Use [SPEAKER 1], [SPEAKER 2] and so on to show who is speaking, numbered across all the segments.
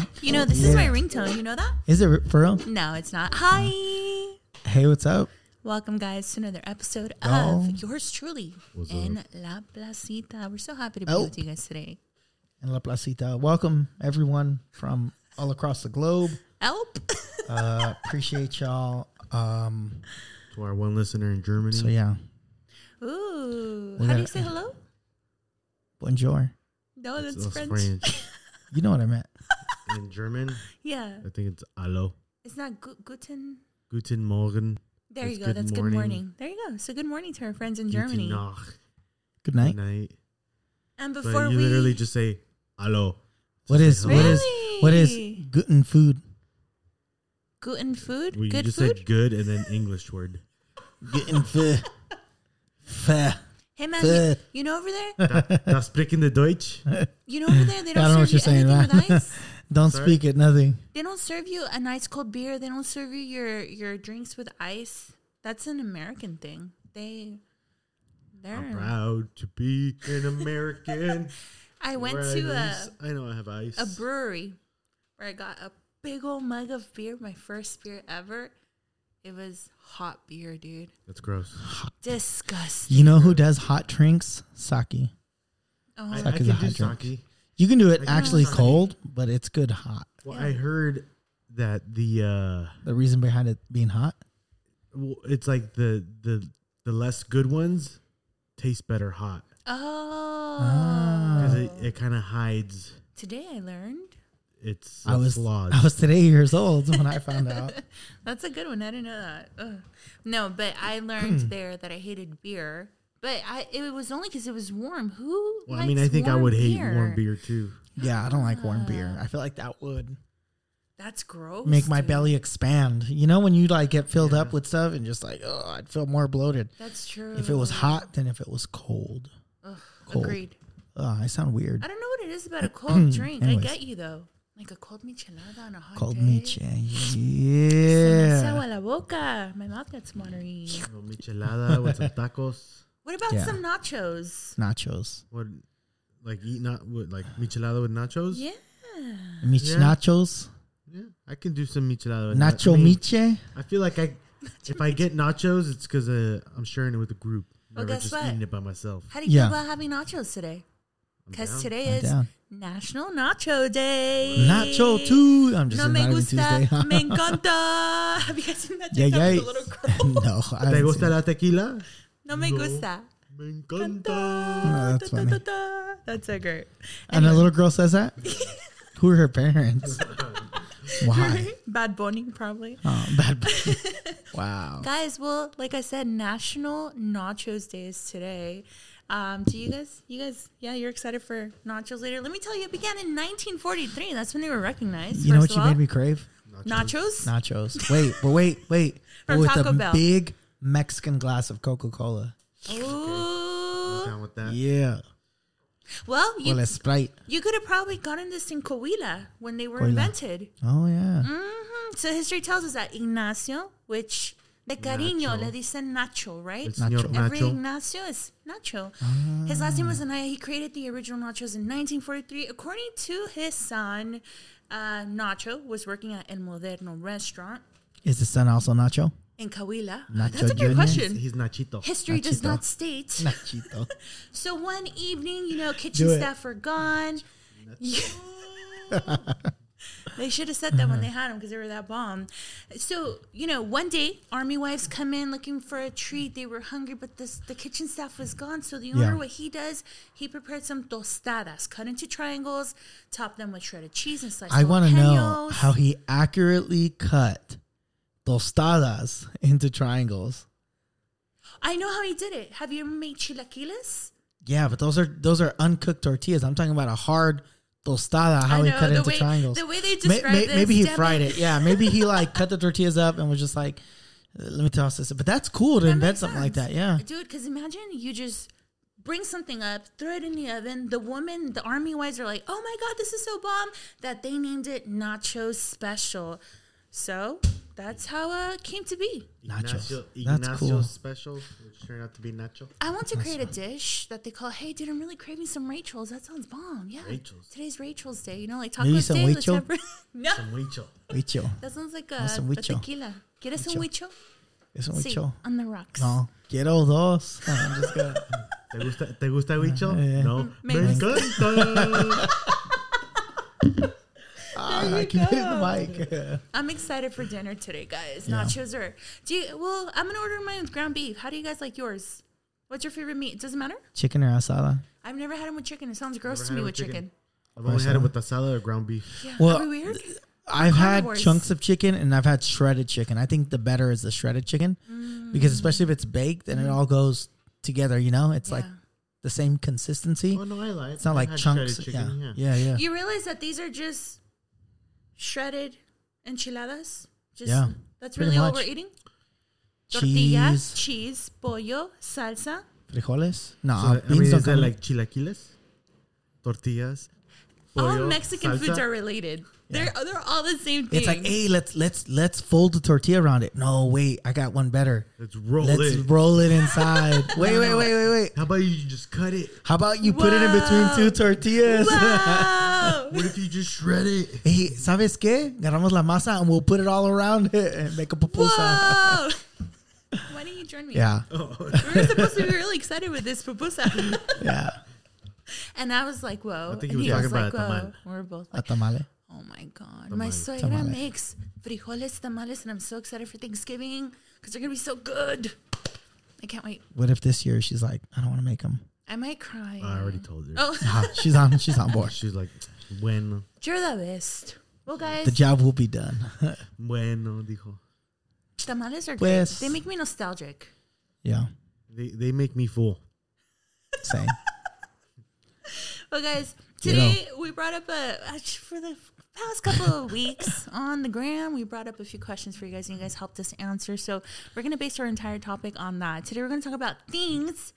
[SPEAKER 1] is
[SPEAKER 2] Yeah.
[SPEAKER 1] my ringtone. You know that?
[SPEAKER 2] Is it for real?
[SPEAKER 1] No, it's not. Hi.
[SPEAKER 2] Hey, what's up?
[SPEAKER 1] Welcome, guys, to another episode
[SPEAKER 2] Oh.
[SPEAKER 1] of yours truly
[SPEAKER 3] What's
[SPEAKER 1] in La Placita. We're so happy to be
[SPEAKER 2] Oh.
[SPEAKER 1] with you guys today.
[SPEAKER 2] And La Placita. Welcome, everyone from all across the globe.
[SPEAKER 1] Help.
[SPEAKER 2] Uh, appreciate y'all. Um,
[SPEAKER 3] To our one listener in Germany.
[SPEAKER 2] so, yeah.
[SPEAKER 1] Ooh.
[SPEAKER 2] We
[SPEAKER 1] How do
[SPEAKER 2] gotta-
[SPEAKER 1] you say hello?
[SPEAKER 2] Bonjour.
[SPEAKER 1] No, Oh, that's,
[SPEAKER 3] That's
[SPEAKER 1] French.
[SPEAKER 2] You know what I meant.
[SPEAKER 3] in German,
[SPEAKER 1] Yeah.
[SPEAKER 3] I think it's Hallo.
[SPEAKER 1] It's not gu- Guten.
[SPEAKER 3] Guten Morgen.
[SPEAKER 1] There
[SPEAKER 3] That's
[SPEAKER 1] you go.
[SPEAKER 3] good
[SPEAKER 1] that's good
[SPEAKER 3] morning.
[SPEAKER 1] morning. There you go. So, good morning to our friends in Germany.
[SPEAKER 3] Guten Nacht.
[SPEAKER 2] Good
[SPEAKER 3] Good
[SPEAKER 2] night.
[SPEAKER 3] night.
[SPEAKER 1] And
[SPEAKER 3] But
[SPEAKER 1] before
[SPEAKER 3] you
[SPEAKER 1] we.
[SPEAKER 3] literally just say Hallo.
[SPEAKER 2] What is,
[SPEAKER 3] Really?
[SPEAKER 2] what is, what is gluten food?
[SPEAKER 1] Guten food?
[SPEAKER 3] Well, you
[SPEAKER 1] good
[SPEAKER 3] just
[SPEAKER 1] food?
[SPEAKER 3] said good and then English word.
[SPEAKER 2] Gluten food. Fair.
[SPEAKER 1] hey, man.
[SPEAKER 2] food.
[SPEAKER 1] You, you know over there?
[SPEAKER 3] Da sprechen the Deutsch.
[SPEAKER 1] You know over there? They don't,
[SPEAKER 2] I don't know what
[SPEAKER 1] serve you
[SPEAKER 2] you're saying,
[SPEAKER 1] anything
[SPEAKER 2] man.
[SPEAKER 1] with ice?
[SPEAKER 2] Don't
[SPEAKER 3] Sorry?
[SPEAKER 2] speak it, nothing.
[SPEAKER 1] They don't serve you an ice cold beer. They don't serve you your your drinks with ice. That's an American thing. They,
[SPEAKER 3] I'm
[SPEAKER 1] they're.
[SPEAKER 3] proud to be an American.
[SPEAKER 1] I went
[SPEAKER 3] Where
[SPEAKER 1] to
[SPEAKER 3] I
[SPEAKER 1] a
[SPEAKER 3] ice- I know I have ice.
[SPEAKER 1] a brewery where I got a big old mug of beer, my first beer ever. It was hot beer, dude.
[SPEAKER 3] That's gross.
[SPEAKER 1] Disgusting.
[SPEAKER 2] You know who does hot drinks? Sake.
[SPEAKER 1] Oh,
[SPEAKER 3] I,
[SPEAKER 2] Sake
[SPEAKER 3] I
[SPEAKER 2] is
[SPEAKER 3] can
[SPEAKER 2] a
[SPEAKER 3] do
[SPEAKER 2] hot drink.
[SPEAKER 3] sake.
[SPEAKER 2] You can do it
[SPEAKER 3] I can
[SPEAKER 2] actually
[SPEAKER 3] do sake.
[SPEAKER 2] cold, but it's good hot.
[SPEAKER 3] Well,
[SPEAKER 1] Yeah.
[SPEAKER 3] I heard that the uh,
[SPEAKER 2] The reason behind it being hot?
[SPEAKER 3] well, it's like the the the less good ones taste better hot because
[SPEAKER 1] oh.
[SPEAKER 3] it, it kind of hides
[SPEAKER 1] Today I learned.
[SPEAKER 3] its
[SPEAKER 2] I was
[SPEAKER 3] flaws.
[SPEAKER 2] I was today years old when I found out.
[SPEAKER 1] That's a good one. I didn't know that. Ugh. No, but I learned there that I hated beer. But I it was only because it was warm. Who?
[SPEAKER 3] well, I mean, I
[SPEAKER 1] likes
[SPEAKER 3] think I would hate warm
[SPEAKER 1] beer?
[SPEAKER 3] beer too.
[SPEAKER 2] Yeah, I don't like warm beer. I feel like that would
[SPEAKER 1] That's gross.
[SPEAKER 2] make my
[SPEAKER 1] dude.
[SPEAKER 2] belly expand. You know when you like get filled up with stuff and just like oh, I'd feel more bloated
[SPEAKER 1] That's true.
[SPEAKER 2] if it was
[SPEAKER 1] Mm.
[SPEAKER 2] hot than if it was cold.
[SPEAKER 1] Ugh,
[SPEAKER 2] cold.
[SPEAKER 1] Agreed.
[SPEAKER 2] Oh, I sound weird.
[SPEAKER 1] I don't know what it is about a cold drink. I
[SPEAKER 2] Anyways.
[SPEAKER 1] get you though. Like a cold michelada on a hot
[SPEAKER 2] Cold
[SPEAKER 1] day.
[SPEAKER 2] meat,
[SPEAKER 1] Se me hace
[SPEAKER 2] yeah.
[SPEAKER 1] agua la boca. My mouth gets watery.
[SPEAKER 3] Little michelada with some tacos.
[SPEAKER 1] What about
[SPEAKER 2] Yeah.
[SPEAKER 1] some nachos?
[SPEAKER 2] Nachos,
[SPEAKER 3] What, like eat not what, like michelada with nachos?
[SPEAKER 1] Yeah.
[SPEAKER 2] meat
[SPEAKER 3] Yeah.
[SPEAKER 2] nachos,
[SPEAKER 3] Yeah, I can do some michelada. With
[SPEAKER 2] nacho
[SPEAKER 3] I mean,
[SPEAKER 2] miche.
[SPEAKER 3] I feel like I, if I get nachos, it's because uh, I'm sharing it with a group.
[SPEAKER 1] Well,
[SPEAKER 3] Never
[SPEAKER 1] guess
[SPEAKER 3] just
[SPEAKER 1] what?
[SPEAKER 3] eating it by myself.
[SPEAKER 1] How do you
[SPEAKER 2] Yeah.
[SPEAKER 1] feel about having nachos today?
[SPEAKER 3] I'm
[SPEAKER 1] Because
[SPEAKER 3] down.
[SPEAKER 1] today
[SPEAKER 2] I'm
[SPEAKER 1] is
[SPEAKER 2] down.
[SPEAKER 1] National Nacho Day.
[SPEAKER 2] Nacho too. I'm just
[SPEAKER 1] eh. No me
[SPEAKER 2] not even
[SPEAKER 1] gusta,
[SPEAKER 2] Tuesday.
[SPEAKER 1] me encanta. Have you guys seen that
[SPEAKER 2] yeah,
[SPEAKER 1] TikTok
[SPEAKER 2] yeah.
[SPEAKER 1] with the little girl?
[SPEAKER 2] no, I
[SPEAKER 3] ¿Te
[SPEAKER 2] haven't
[SPEAKER 3] gusta
[SPEAKER 2] seen it.
[SPEAKER 3] la tequila?
[SPEAKER 1] No me
[SPEAKER 3] No.
[SPEAKER 1] gusta.
[SPEAKER 3] Me
[SPEAKER 1] Canta.
[SPEAKER 2] No,
[SPEAKER 3] encanta.
[SPEAKER 2] Ah, that's
[SPEAKER 1] Da, da,
[SPEAKER 2] funny.
[SPEAKER 1] da, da. That's so great.
[SPEAKER 2] And a little girl says that. Who are her parents? Why?
[SPEAKER 1] Bad Bunny, probably.
[SPEAKER 2] Oh, bad. wow.
[SPEAKER 1] Guys, well, like I said, National Nachos Day is today. Um, do you guys, you guys, yeah, you're excited for nachos later? Let me tell you, it began in 1943. That's when they were recognized.
[SPEAKER 2] You know
[SPEAKER 1] first of
[SPEAKER 2] what you
[SPEAKER 1] all.
[SPEAKER 2] made me crave?
[SPEAKER 1] Nachos?
[SPEAKER 2] Nachos. Wait, but wait, wait.
[SPEAKER 1] From
[SPEAKER 2] With
[SPEAKER 1] Taco
[SPEAKER 2] a
[SPEAKER 1] Bell.
[SPEAKER 2] big Mexican glass of Coca Cola.
[SPEAKER 1] Ooh.
[SPEAKER 3] Down with that.
[SPEAKER 2] Yeah.
[SPEAKER 1] Well, you,
[SPEAKER 2] Well, a Sprite.
[SPEAKER 1] you could have probably gotten this in Coahuila when they were
[SPEAKER 2] Coahuila.
[SPEAKER 1] invented.
[SPEAKER 2] Oh yeah.
[SPEAKER 1] hmm So history tells us that Ignacio, which de cariño
[SPEAKER 3] Nacho.
[SPEAKER 1] le dicen Nacho, right?
[SPEAKER 3] It's Nacho.
[SPEAKER 2] Nacho.
[SPEAKER 1] Every
[SPEAKER 3] nacho. Ah.
[SPEAKER 1] Ignacio is Nacho. His last name was Anaya. He created the original nachos in 1943. According to his son, uh, Nacho was working at El Moderno restaurant
[SPEAKER 2] Is the son also Nacho?
[SPEAKER 1] in Coahuila.
[SPEAKER 2] Nacho
[SPEAKER 1] That's a good
[SPEAKER 2] Junior?
[SPEAKER 1] question.
[SPEAKER 3] He's Nachito.
[SPEAKER 1] History does
[SPEAKER 2] Nachito.
[SPEAKER 1] not state.
[SPEAKER 2] Nachito.
[SPEAKER 1] So one evening, you know, kitchen
[SPEAKER 2] Do it.
[SPEAKER 1] staff were gone. they should have said that when they had them because they were that bomb. So you know, one day, army wives come in looking for a treat. They were hungry, but this, the kitchen staff was gone. So the owner,
[SPEAKER 2] Yeah.
[SPEAKER 1] what he does, he prepared some tostadas, cut into triangles, top them with shredded cheese and sliced
[SPEAKER 2] I want to know
[SPEAKER 1] jalapenos.
[SPEAKER 2] how he accurately cut tostadas into triangles.
[SPEAKER 1] I know how he did it. Have you ever made chilaquiles?
[SPEAKER 2] Yeah, but those are those are uncooked tortillas. I'm talking about a hard tostada. How he
[SPEAKER 1] know,
[SPEAKER 2] cut
[SPEAKER 1] the
[SPEAKER 2] into
[SPEAKER 1] way-
[SPEAKER 2] triangles.
[SPEAKER 1] the way they
[SPEAKER 2] May-
[SPEAKER 1] describe
[SPEAKER 2] may-
[SPEAKER 1] this,
[SPEAKER 2] maybe he
[SPEAKER 1] Devin-
[SPEAKER 2] fried it. Yeah, maybe he like cut the tortillas up and was just like, "Let me toss this." But that's cool to
[SPEAKER 1] That
[SPEAKER 2] invent
[SPEAKER 1] makes
[SPEAKER 2] something like
[SPEAKER 1] sense.
[SPEAKER 2] that. Yeah,
[SPEAKER 1] Dude, because imagine you just bring something up, throw it in the oven. The woman, the army wives are like, oh my God, this is so bomb that they named it Nacho Special. So That's how uh, it came to be.
[SPEAKER 2] Nachos.
[SPEAKER 3] Ignacio,
[SPEAKER 2] That's
[SPEAKER 3] Ignacio's
[SPEAKER 2] cool.
[SPEAKER 3] special, which turned out to be nacho.
[SPEAKER 1] I want to create a dish that they call, hey, dude, I'm really craving some Rachel's. That sounds bomb. Yeah.
[SPEAKER 3] Rachel's.
[SPEAKER 1] Today's Rachel's Day. You know, like
[SPEAKER 2] Maybe
[SPEAKER 1] tacos
[SPEAKER 2] some
[SPEAKER 1] day. Let's
[SPEAKER 2] huicho?
[SPEAKER 1] have... no,
[SPEAKER 3] Some huicho.
[SPEAKER 2] Wait, yo.
[SPEAKER 1] that sounds like
[SPEAKER 2] want
[SPEAKER 1] a,
[SPEAKER 2] some
[SPEAKER 1] a
[SPEAKER 2] huicho.
[SPEAKER 1] tequila. ¿Quieres un huicho?
[SPEAKER 2] Es un
[SPEAKER 1] Sí,
[SPEAKER 2] huicho.
[SPEAKER 1] on the rocks.
[SPEAKER 2] No. Quiero dos. No, I'm just gonna.
[SPEAKER 3] ¿Te gusta, te gusta huicho?
[SPEAKER 2] Uh, yeah.
[SPEAKER 3] No.
[SPEAKER 1] Mm, Me
[SPEAKER 3] Me
[SPEAKER 1] gusta.
[SPEAKER 3] encanta.
[SPEAKER 2] Ah, keep it in the mic.
[SPEAKER 1] I'm excited for dinner today, guys.
[SPEAKER 2] Yeah.
[SPEAKER 1] Nachos are. Do you, well, I'm gonna order mine with ground beef. How do you guys like yours? What's your favorite meat? Doesn't matter.
[SPEAKER 2] Chicken or asada?
[SPEAKER 1] I've never had them with chicken. It sounds
[SPEAKER 3] Never
[SPEAKER 1] gross
[SPEAKER 3] had
[SPEAKER 1] to me
[SPEAKER 3] it
[SPEAKER 1] with
[SPEAKER 3] with
[SPEAKER 1] chicken.
[SPEAKER 3] chicken. I've only
[SPEAKER 2] uh,
[SPEAKER 3] had it with asada or ground beef.
[SPEAKER 1] Yeah,
[SPEAKER 2] Well,
[SPEAKER 1] are we weird?
[SPEAKER 2] I've had
[SPEAKER 1] Carnivores.
[SPEAKER 2] chunks of chicken and I've had shredded chicken. I think the better is the shredded chicken
[SPEAKER 1] Mm.
[SPEAKER 2] because especially if it's baked and it all goes together, you know, it's like
[SPEAKER 1] Yeah.
[SPEAKER 2] the same consistency.
[SPEAKER 3] Oh no, I lied.
[SPEAKER 2] It's not
[SPEAKER 3] I've
[SPEAKER 2] like
[SPEAKER 3] had
[SPEAKER 2] chunks.
[SPEAKER 3] shredded Chicken,
[SPEAKER 2] yeah.
[SPEAKER 3] yeah.
[SPEAKER 2] yeah, yeah,
[SPEAKER 1] You realize that these are just shredded enchiladas. Just,
[SPEAKER 2] Yeah,
[SPEAKER 1] That's
[SPEAKER 2] pretty
[SPEAKER 1] really all
[SPEAKER 2] much.
[SPEAKER 1] we're eating. Tortillas,
[SPEAKER 2] Cheese,
[SPEAKER 1] cheese, pollo, salsa.
[SPEAKER 2] frijoles. No,
[SPEAKER 3] So, I
[SPEAKER 2] beans
[SPEAKER 3] mean,
[SPEAKER 2] don't
[SPEAKER 3] is that
[SPEAKER 2] come-
[SPEAKER 3] like chilaquiles, tortillas?
[SPEAKER 1] all
[SPEAKER 3] pollo,
[SPEAKER 1] Mexican foods
[SPEAKER 3] salsa?
[SPEAKER 1] are related. They're they're all the same thing.
[SPEAKER 2] It's like, hey, let's let's let's fold the tortilla around it. No, wait, I got one better.
[SPEAKER 3] Let's roll
[SPEAKER 2] Let's
[SPEAKER 3] it.
[SPEAKER 2] roll it inside. wait, wait, wait, wait, wait.
[SPEAKER 3] How about you just cut it?
[SPEAKER 2] How about you put it in between
[SPEAKER 1] Whoa.
[SPEAKER 2] two tortillas?
[SPEAKER 1] Wow.
[SPEAKER 3] What if you just shred it?
[SPEAKER 2] Hey, ¿sabes qué? Agarramos la masa and we'll put it all around it and make a pupusa.
[SPEAKER 1] Whoa! Why didn't you join me?
[SPEAKER 2] Yeah,
[SPEAKER 1] We were supposed to be really excited with this pupusa.
[SPEAKER 2] yeah.
[SPEAKER 1] and I was like, whoa.
[SPEAKER 3] I think he
[SPEAKER 1] and
[SPEAKER 3] was talking about
[SPEAKER 1] like,
[SPEAKER 3] a
[SPEAKER 1] whoa.
[SPEAKER 3] tamal.
[SPEAKER 1] We We're both
[SPEAKER 2] A
[SPEAKER 1] like,
[SPEAKER 2] tamale.
[SPEAKER 1] oh my God. My suegra
[SPEAKER 2] Tamale.
[SPEAKER 1] makes frijoles, tamales, and I'm so excited for Thanksgiving because they're going to be so good. I can't wait.
[SPEAKER 2] What if this year she's like, I don't want to make them?
[SPEAKER 1] I might cry.
[SPEAKER 3] I already told her.
[SPEAKER 1] oh,
[SPEAKER 2] She's on. She's on board.
[SPEAKER 3] She's like, bueno,
[SPEAKER 1] you're the best. Well, guys,
[SPEAKER 2] The job will be done.
[SPEAKER 3] bueno, dijo.
[SPEAKER 1] tamales are
[SPEAKER 2] Pues-
[SPEAKER 1] good. They make me nostalgic.
[SPEAKER 2] yeah,
[SPEAKER 3] They, they make me full.
[SPEAKER 2] same.
[SPEAKER 1] Well, guys,
[SPEAKER 2] You
[SPEAKER 1] today we brought up a actually, for the past couple of weeks on the gram. We brought up a few questions for you guys, and you guys helped us answer. So we're gonna base our entire topic on that. Today we're gonna talk about things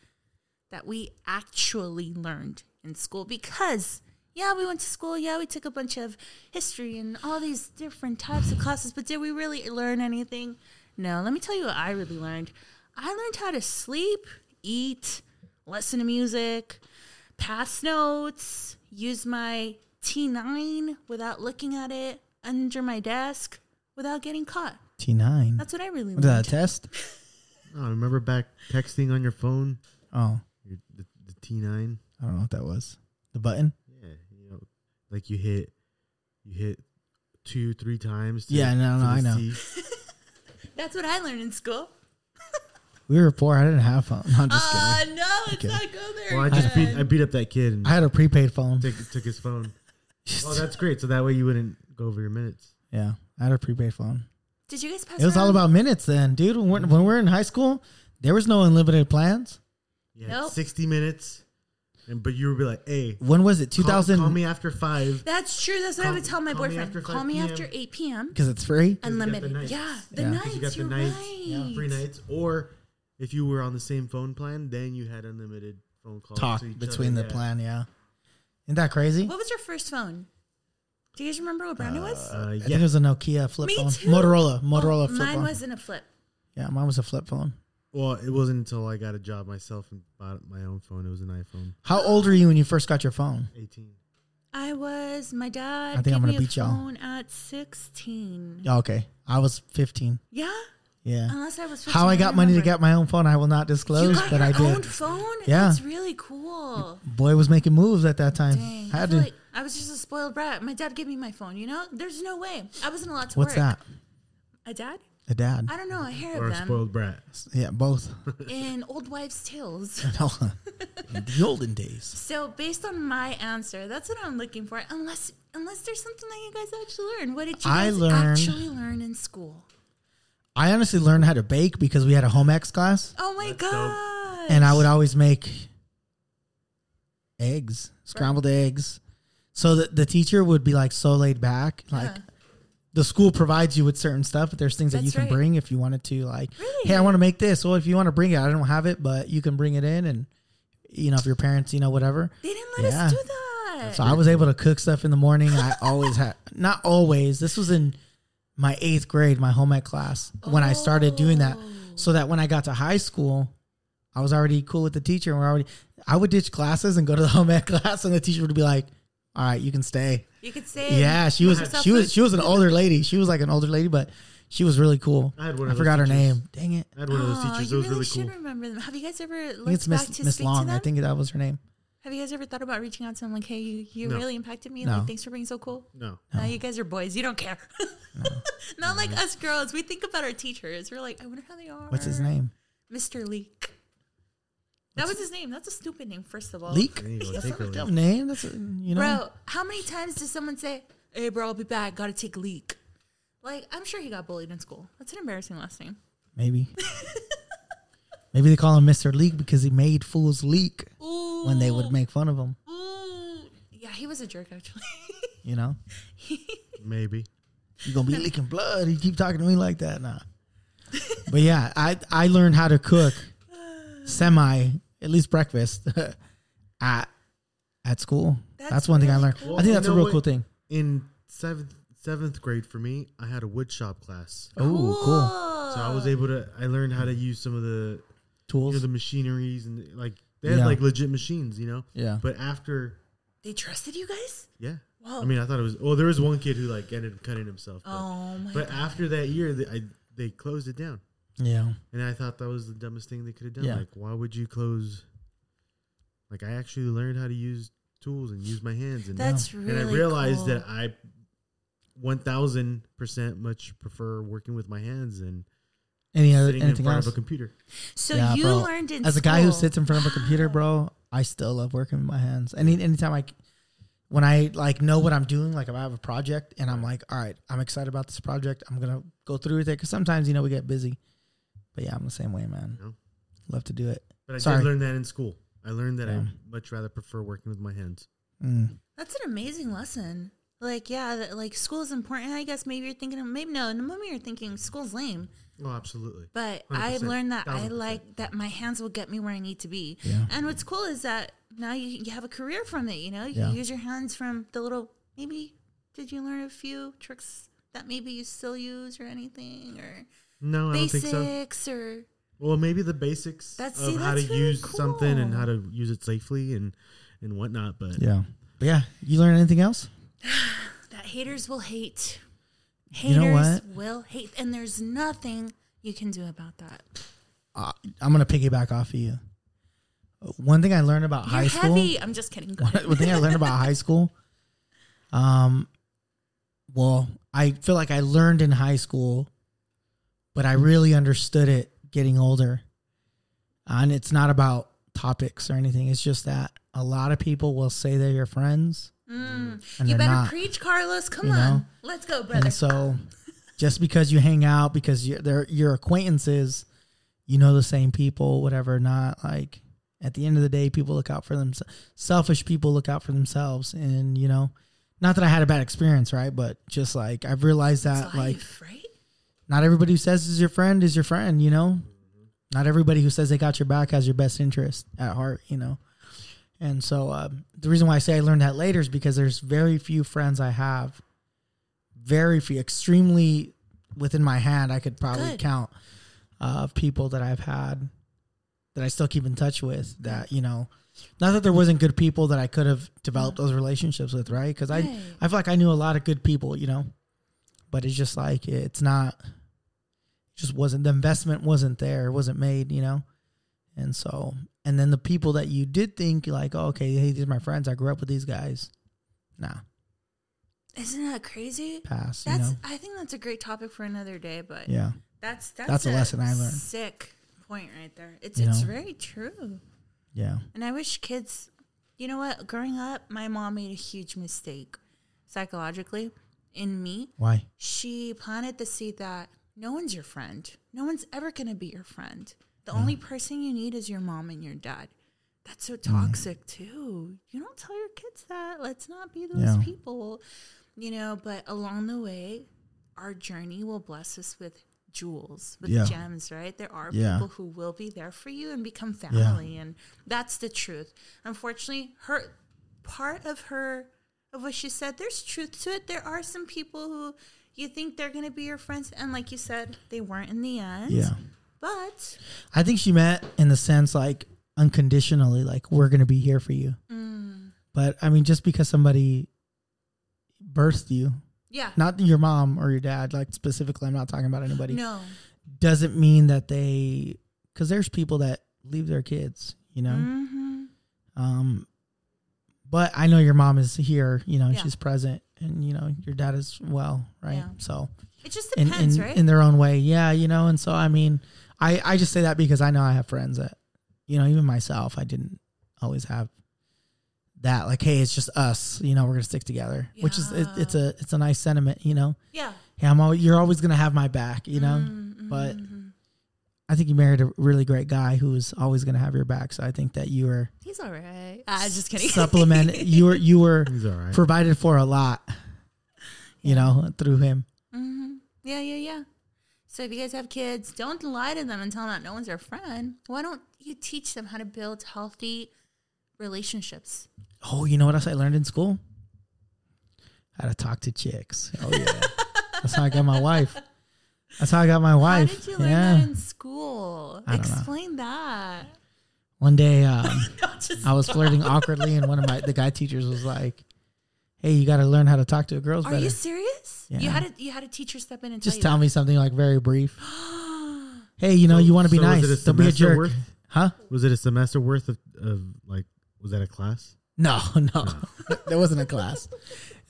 [SPEAKER 1] that we actually learned in school because. Yeah, we went to school. Yeah, we took a bunch of history and all these different types of classes, but did we really learn anything? No. Let me tell you what I really learned. I learned how to sleep, eat, listen to music, pass notes, use my T9 without looking at it under my desk without getting caught.
[SPEAKER 2] T nine.
[SPEAKER 1] That's what I really
[SPEAKER 2] Was that
[SPEAKER 1] learned.
[SPEAKER 2] a test?
[SPEAKER 3] Oh, remember back texting on your phone,
[SPEAKER 2] Oh,
[SPEAKER 3] your, the, the T9.
[SPEAKER 2] I don't know what that was. The button.
[SPEAKER 3] Yeah, you know, like you hit, you hit two, three times. to-
[SPEAKER 2] Yeah, no,
[SPEAKER 3] to
[SPEAKER 2] no,
[SPEAKER 3] the
[SPEAKER 2] I know.
[SPEAKER 3] C.
[SPEAKER 1] That's what I learned in school.
[SPEAKER 2] We were poor. I didn't have phone. I'm just
[SPEAKER 1] Uh,
[SPEAKER 2] kidding.
[SPEAKER 1] no, let's
[SPEAKER 2] Okay.
[SPEAKER 1] not go there.
[SPEAKER 3] Well, I just beat,
[SPEAKER 1] again.
[SPEAKER 3] I beat up that kid and
[SPEAKER 2] I had a prepaid phone.
[SPEAKER 3] took, took his phone. Oh, that's great. So that way you wouldn't go over your minutes.
[SPEAKER 2] Yeah, I had a prepaid phone.
[SPEAKER 1] Did you guys pass
[SPEAKER 2] It was all
[SPEAKER 1] around?
[SPEAKER 2] about minutes then, dude. When, when we were in high school, there was no unlimited plans.
[SPEAKER 3] Yeah,
[SPEAKER 1] Nope.
[SPEAKER 3] 60 minutes. And but you would be like, hey, call-
[SPEAKER 2] When was it? Two
[SPEAKER 3] Call,
[SPEAKER 2] thousand.
[SPEAKER 3] me after five.
[SPEAKER 1] That's true. That's what I
[SPEAKER 3] Call-
[SPEAKER 1] would tell my
[SPEAKER 3] call me
[SPEAKER 1] boyfriend.
[SPEAKER 3] after
[SPEAKER 1] call
[SPEAKER 3] 5
[SPEAKER 1] me
[SPEAKER 3] PM.
[SPEAKER 1] after 8 p.m.
[SPEAKER 2] Because it's free.
[SPEAKER 3] you got the
[SPEAKER 1] Unlimited.
[SPEAKER 3] nights.
[SPEAKER 1] yeah, the
[SPEAKER 2] Yeah. 'Cause
[SPEAKER 1] nights.
[SPEAKER 3] you got the
[SPEAKER 1] are
[SPEAKER 3] nights.
[SPEAKER 1] right.
[SPEAKER 2] Yeah.
[SPEAKER 3] Free nights. Or if you were on the same phone plan, then you had unlimited phone calls.
[SPEAKER 2] Talk
[SPEAKER 3] to each
[SPEAKER 2] between
[SPEAKER 3] other.
[SPEAKER 2] the
[SPEAKER 3] Yeah.
[SPEAKER 2] plan. Yeah. Isn't that crazy?
[SPEAKER 1] What was your first phone? Do you guys remember what brand it was?
[SPEAKER 3] Uh,
[SPEAKER 2] I think it
[SPEAKER 3] yeah.
[SPEAKER 2] was a Nokia flip
[SPEAKER 1] Me
[SPEAKER 2] phone.
[SPEAKER 1] too.
[SPEAKER 2] Motorola. Motorola
[SPEAKER 1] Oh,
[SPEAKER 2] flip
[SPEAKER 1] mine
[SPEAKER 2] phone.
[SPEAKER 1] wasn't a flip.
[SPEAKER 2] yeah, mine was a flip phone.
[SPEAKER 3] Well, it wasn't until I got a job myself and bought my own phone. It was an iPhone
[SPEAKER 2] How old were you when you first got your phone?
[SPEAKER 3] 18.
[SPEAKER 1] I was. My dad
[SPEAKER 2] I think
[SPEAKER 1] gave
[SPEAKER 2] I'm gonna
[SPEAKER 1] me
[SPEAKER 2] beat
[SPEAKER 1] a
[SPEAKER 2] y'all.
[SPEAKER 1] phone at 16.
[SPEAKER 2] Yeah, okay. I was 15.
[SPEAKER 1] Yeah.
[SPEAKER 2] Yeah.
[SPEAKER 1] Unless Uh, I was 15,
[SPEAKER 2] How I got money to
[SPEAKER 1] remember.
[SPEAKER 2] get my own phone, I will not
[SPEAKER 1] You
[SPEAKER 2] disclose,
[SPEAKER 1] got
[SPEAKER 2] but
[SPEAKER 1] your
[SPEAKER 2] I
[SPEAKER 1] own
[SPEAKER 2] did.
[SPEAKER 1] phone.
[SPEAKER 2] Yeah.
[SPEAKER 1] that's really cool.
[SPEAKER 2] Boy was making moves at that time.
[SPEAKER 1] Dang, I
[SPEAKER 2] Had
[SPEAKER 1] feel
[SPEAKER 2] to.
[SPEAKER 1] like I was just a spoiled brat. My dad gave me my phone. You know, there's no way I wasn't allowed to
[SPEAKER 2] What's
[SPEAKER 1] work.
[SPEAKER 2] that?
[SPEAKER 1] A dad?
[SPEAKER 2] A dad.
[SPEAKER 1] I don't know. I hear
[SPEAKER 3] Or
[SPEAKER 1] of
[SPEAKER 3] a
[SPEAKER 1] them
[SPEAKER 3] spoiled brat.
[SPEAKER 2] Yeah, both.
[SPEAKER 1] in old wives' tales.
[SPEAKER 2] No. In the olden days.
[SPEAKER 1] So based on my answer, that's what I'm looking for. Unless unless there's something that you guys actually learned. What did you
[SPEAKER 2] I
[SPEAKER 1] guys
[SPEAKER 2] learned-
[SPEAKER 1] actually learn in school?
[SPEAKER 2] I honestly learned how to bake because we had a home ec class,
[SPEAKER 1] Oh my
[SPEAKER 3] dope.
[SPEAKER 1] god!
[SPEAKER 2] and I would always make eggs, scrambled eggs. So that the teacher would be like so laid back, like
[SPEAKER 1] Yeah.
[SPEAKER 2] the school provides you with certain stuff, but there's things that you
[SPEAKER 1] That's
[SPEAKER 2] can
[SPEAKER 1] right.
[SPEAKER 2] bring if you wanted to. Like,
[SPEAKER 1] Really?
[SPEAKER 2] hey, I want to make this. Well, if you want to bring it, I don't have it, but you can bring it in, and you know, if your parents, you know, whatever.
[SPEAKER 1] they didn't let
[SPEAKER 2] Yeah.
[SPEAKER 1] us do that.
[SPEAKER 2] So I was able to cook stuff in the morning. I always had, not always. This was in my eighth grade, my home ec class, when I started doing that.
[SPEAKER 1] Oh.
[SPEAKER 2] So that when I got to high school, I was already cool with the teacher. And we're already, I would ditch classes and go to the home ec class, and the teacher would be like, all right, you can stay.
[SPEAKER 1] You could say
[SPEAKER 2] Yeah, she was
[SPEAKER 1] yourself
[SPEAKER 2] she was
[SPEAKER 1] food.
[SPEAKER 2] she was an older lady. She was like an older lady, but she was really cool.
[SPEAKER 3] I had one
[SPEAKER 2] I
[SPEAKER 3] of those
[SPEAKER 2] forgot her
[SPEAKER 3] teachers.
[SPEAKER 2] name. Dang it.
[SPEAKER 3] I had one of those
[SPEAKER 1] Aw,
[SPEAKER 3] teachers. It
[SPEAKER 1] you
[SPEAKER 3] was really
[SPEAKER 1] should
[SPEAKER 3] cool.
[SPEAKER 1] remember them. Have you guys ever
[SPEAKER 2] I think it's
[SPEAKER 1] looked back
[SPEAKER 2] Miss
[SPEAKER 1] to
[SPEAKER 2] Miss
[SPEAKER 1] speak to
[SPEAKER 2] Long.
[SPEAKER 1] them?
[SPEAKER 2] I think that was her name.
[SPEAKER 1] Have you guys ever thought about reaching out to them like, hey, you, you
[SPEAKER 3] No.
[SPEAKER 1] really impacted me?
[SPEAKER 2] No.
[SPEAKER 1] Like, thanks for being so cool.
[SPEAKER 3] No.
[SPEAKER 1] No, you guys are boys. You don't care. Not like us girls. We think about our teachers. We're like, I wonder how they are.
[SPEAKER 2] What's his name?
[SPEAKER 1] Mr. Leak. That was his name. That's a stupid name, first of all.
[SPEAKER 2] Leak.
[SPEAKER 3] There you go,
[SPEAKER 2] That's
[SPEAKER 3] take
[SPEAKER 2] not
[SPEAKER 3] her
[SPEAKER 2] a
[SPEAKER 3] leak.
[SPEAKER 2] dumb name. That's a, you know.
[SPEAKER 1] Bro, how many times does someone say, hey, bro, I'll be back. Gotta take Leak? Like, I'm sure he got bullied in school. That's an embarrassing last name.
[SPEAKER 2] Maybe. Maybe they call him Mr. Leak because he made fools leak
[SPEAKER 1] Ooh.
[SPEAKER 2] when they would make fun of him.
[SPEAKER 1] Ooh. Yeah, he was a jerk, actually.
[SPEAKER 2] You know,
[SPEAKER 3] Maybe.
[SPEAKER 2] you're gonna be leaking blood. You keep talking to me like that, nah. But yeah, I I learned how to cook semi at least breakfast at at school. That's,
[SPEAKER 1] That's
[SPEAKER 2] one thing I
[SPEAKER 1] really
[SPEAKER 2] learned.
[SPEAKER 1] cool.
[SPEAKER 2] I think
[SPEAKER 3] You
[SPEAKER 2] that's a
[SPEAKER 3] know
[SPEAKER 2] real
[SPEAKER 3] what?
[SPEAKER 2] cool thing.
[SPEAKER 3] In seventh seventh grade for me, I had a wood shop class.
[SPEAKER 2] Oh, cool
[SPEAKER 3] So I was able to I learned how to use some of the you
[SPEAKER 2] tools.
[SPEAKER 3] know the machineries and like they had
[SPEAKER 2] Yeah.
[SPEAKER 3] like legit machines, you know?
[SPEAKER 2] Yeah.
[SPEAKER 3] But after
[SPEAKER 1] They trusted you guys?
[SPEAKER 3] yeah.
[SPEAKER 1] Whoa.
[SPEAKER 3] I mean I thought it was well, there was one kid who like ended up cutting himself. But,
[SPEAKER 1] Oh, my
[SPEAKER 3] but after that year they, I they closed it down.
[SPEAKER 2] yeah,
[SPEAKER 3] And I thought that was the dumbest thing they could have done.
[SPEAKER 2] Yeah.
[SPEAKER 3] Like, why would you close? Like, I actually learned how to use tools and use my hands, and
[SPEAKER 1] That's
[SPEAKER 3] and
[SPEAKER 1] really
[SPEAKER 3] I realized
[SPEAKER 1] cool.
[SPEAKER 3] that I one thousand percent much prefer working with my hands than
[SPEAKER 2] any other
[SPEAKER 3] sitting in
[SPEAKER 2] anything
[SPEAKER 3] front
[SPEAKER 2] else?
[SPEAKER 3] of a computer.
[SPEAKER 1] So
[SPEAKER 2] Yeah,
[SPEAKER 1] you
[SPEAKER 2] bro.
[SPEAKER 1] learned in
[SPEAKER 2] As a guy who
[SPEAKER 1] school.
[SPEAKER 2] sits in front of a computer, bro, I still love working with my hands. Any anytime I, c- when I like know what I'm doing, like if I have a project and I'm like, all right, I'm excited about this project, I'm gonna go through with it because sometimes you know we get busy. But yeah, I'm the same way, man.
[SPEAKER 3] No.
[SPEAKER 2] Love to do it.
[SPEAKER 3] But I
[SPEAKER 2] Sorry.
[SPEAKER 3] did learn that in school. I learned that I
[SPEAKER 2] Yeah.
[SPEAKER 3] much rather prefer working with my hands.
[SPEAKER 2] Mm.
[SPEAKER 1] That's an amazing lesson. Like, yeah, that, like school is important. I guess maybe you're thinking, maybe no, no, maybe you're thinking school's lame.
[SPEAKER 3] Oh, absolutely.
[SPEAKER 1] But I've
[SPEAKER 3] 100%,
[SPEAKER 1] learned that I
[SPEAKER 3] 1000%.
[SPEAKER 1] like that my hands will get me where I need to be.
[SPEAKER 2] Yeah.
[SPEAKER 1] And what's cool is that now you, you have a career from it. You know, you
[SPEAKER 2] Yeah.
[SPEAKER 1] can use your hands from the little. Maybe did you learn a few tricks that maybe you still use or anything or
[SPEAKER 3] No, I don't think so.
[SPEAKER 1] basics or
[SPEAKER 3] Well, maybe the basics
[SPEAKER 1] That's-
[SPEAKER 3] of
[SPEAKER 1] see,
[SPEAKER 3] how to
[SPEAKER 1] that's really
[SPEAKER 3] use something and
[SPEAKER 1] cool.
[SPEAKER 3] how to use it safely and and whatnot. But
[SPEAKER 2] Yeah, but yeah. You learn anything else?
[SPEAKER 1] that haters will hate. Haters
[SPEAKER 2] You know what?
[SPEAKER 1] will hate, and there's nothing you can do about that.
[SPEAKER 2] Uh, I'm gonna piggyback off of you. One thing I learned about
[SPEAKER 1] You're
[SPEAKER 2] high school.
[SPEAKER 1] heavy. I'm just kidding. Go ahead.
[SPEAKER 2] one thing I learned about high school, um, well, I feel like I learned in high school, but I really understood it getting older. And it's not about topics or anything. It's just that a lot of people will say they're your friends,
[SPEAKER 1] Mm.
[SPEAKER 2] And
[SPEAKER 1] You
[SPEAKER 2] they're
[SPEAKER 1] better
[SPEAKER 2] not,
[SPEAKER 1] preach, Carlos. Come
[SPEAKER 2] you
[SPEAKER 1] on.
[SPEAKER 2] know?
[SPEAKER 1] Let's go, brother.
[SPEAKER 2] and so just because you hang out, because you're they're your acquaintances, you know the same people, whatever. Not like at the end of the day, people look out for themselves. Selfish people look out for themselves, and you know, not that I had a bad experience, right? But just like I've realized that,
[SPEAKER 1] It's
[SPEAKER 2] like
[SPEAKER 1] life, right?
[SPEAKER 2] not everybody who says is your friend is your friend, you know? Not everybody who says they got your back has your best interest at heart, you know? And so uh, the reason why I say I learned that later is because there's very few friends I have, very few, extremely within my hand, I could probably
[SPEAKER 1] Good.
[SPEAKER 2] count uh, of people that I've had that I still keep in touch with that, you know, not that there wasn't good people that I could have developed those relationships with, right? Because I,
[SPEAKER 1] Right.
[SPEAKER 2] I feel like I knew a lot of good people, you know, but it's just like it's not, just wasn't the investment wasn't there, it wasn't made, you know, and so and then the people that you did think like, oh, okay, hey, these are my friends, I grew up with these guys, nah,
[SPEAKER 1] Isn't that crazy?
[SPEAKER 2] pass, you
[SPEAKER 1] That's.
[SPEAKER 2] know,
[SPEAKER 1] I think that's a great topic for another day. But
[SPEAKER 2] yeah,
[SPEAKER 1] that's that's,
[SPEAKER 2] That's a lesson I learned.
[SPEAKER 1] Sick point right there. It's
[SPEAKER 2] You
[SPEAKER 1] it's
[SPEAKER 2] know?
[SPEAKER 1] very true.
[SPEAKER 2] yeah,
[SPEAKER 1] And I wish kids, you know what? Growing up, my mom made a huge mistake psychologically in me.
[SPEAKER 2] why,
[SPEAKER 1] she planted the seed that no one's your friend. No one's ever going to be your friend. The only person you need is your mom and your dad. That's so
[SPEAKER 2] Mm.
[SPEAKER 1] toxic, too. You don't tell your kids that. Let's not be those
[SPEAKER 2] Yeah.
[SPEAKER 1] people, you know. But along the way, our journey will bless us with jewels, with
[SPEAKER 2] Yeah.
[SPEAKER 1] gems, right? There are
[SPEAKER 2] Yeah.
[SPEAKER 1] people who will be there for you and become family. And that's the truth. Unfortunately, her part of her of what she said there's truth to it there are some people who you think they're gonna be your friends, and like you said, they weren't in the end.
[SPEAKER 2] Yeah.
[SPEAKER 1] But
[SPEAKER 2] I think she meant in the sense like unconditionally, like we're gonna be here for you.
[SPEAKER 1] mm,
[SPEAKER 2] But I mean, just because somebody birthed you,
[SPEAKER 1] yeah,
[SPEAKER 2] not your mom or your dad, like specifically, I'm not talking about anybody,
[SPEAKER 1] no,
[SPEAKER 2] doesn't mean that they, because there's people that leave their kids, you know.
[SPEAKER 1] hmm
[SPEAKER 2] Um, but I know your mom is here, you know, and
[SPEAKER 1] Yeah.
[SPEAKER 2] she's present, and you know your dad is well, right?
[SPEAKER 1] Yeah.
[SPEAKER 2] So
[SPEAKER 1] it just
[SPEAKER 2] in,
[SPEAKER 1] depends,
[SPEAKER 2] in,
[SPEAKER 1] right?
[SPEAKER 2] in their own way. Yeah, you know, and so I mean, I I just say that because I know I have friends that, you know, even myself, I didn't always have that. Like, hey, it's just us. You know, we're gonna stick together, which is it, it's a it's a nice sentiment. You know,
[SPEAKER 1] yeah,
[SPEAKER 2] yeah, I'm always, you're always gonna have my back. You know,
[SPEAKER 1] Mm,
[SPEAKER 2] but-
[SPEAKER 1] mhm.
[SPEAKER 2] I think you married a really great guy who is always gonna have your back. So I think that you were
[SPEAKER 1] he's all right. Ah, just kidding.
[SPEAKER 2] supplemented. you were you were
[SPEAKER 3] He's all right.
[SPEAKER 2] provided for a lot. You know, through him.
[SPEAKER 1] hmm Yeah, yeah, yeah. So if you guys have kids, don't lie to them and tell them that no one's their friend. Why don't you teach them how to build healthy relationships?
[SPEAKER 2] Oh, you know what else I learned in school? How to talk to chicks. Oh yeah, that's how I got my wife. That's how I got my wife.
[SPEAKER 1] How did you learn
[SPEAKER 2] yeah.
[SPEAKER 1] that in school?
[SPEAKER 2] I don't know.
[SPEAKER 1] Explain that.
[SPEAKER 2] One day, um,
[SPEAKER 1] Just-
[SPEAKER 2] I was flirting awkwardly, and one of my the guy teachers was like, "Hey, you got to learn how to talk to girls
[SPEAKER 1] are
[SPEAKER 2] better.
[SPEAKER 1] you serious? You
[SPEAKER 2] Yeah.
[SPEAKER 1] had a you had a teacher step in and
[SPEAKER 2] Just
[SPEAKER 1] tell
[SPEAKER 2] tell
[SPEAKER 1] you
[SPEAKER 2] me something like very brief. hey, you know, you want to be
[SPEAKER 3] So was
[SPEAKER 2] nice.
[SPEAKER 3] it a
[SPEAKER 2] Don't be a
[SPEAKER 3] semester
[SPEAKER 2] jerk,
[SPEAKER 3] worth?
[SPEAKER 2] huh?
[SPEAKER 3] Was it a semester worth of, of like? Was that a class?
[SPEAKER 2] No, no, there wasn't a class.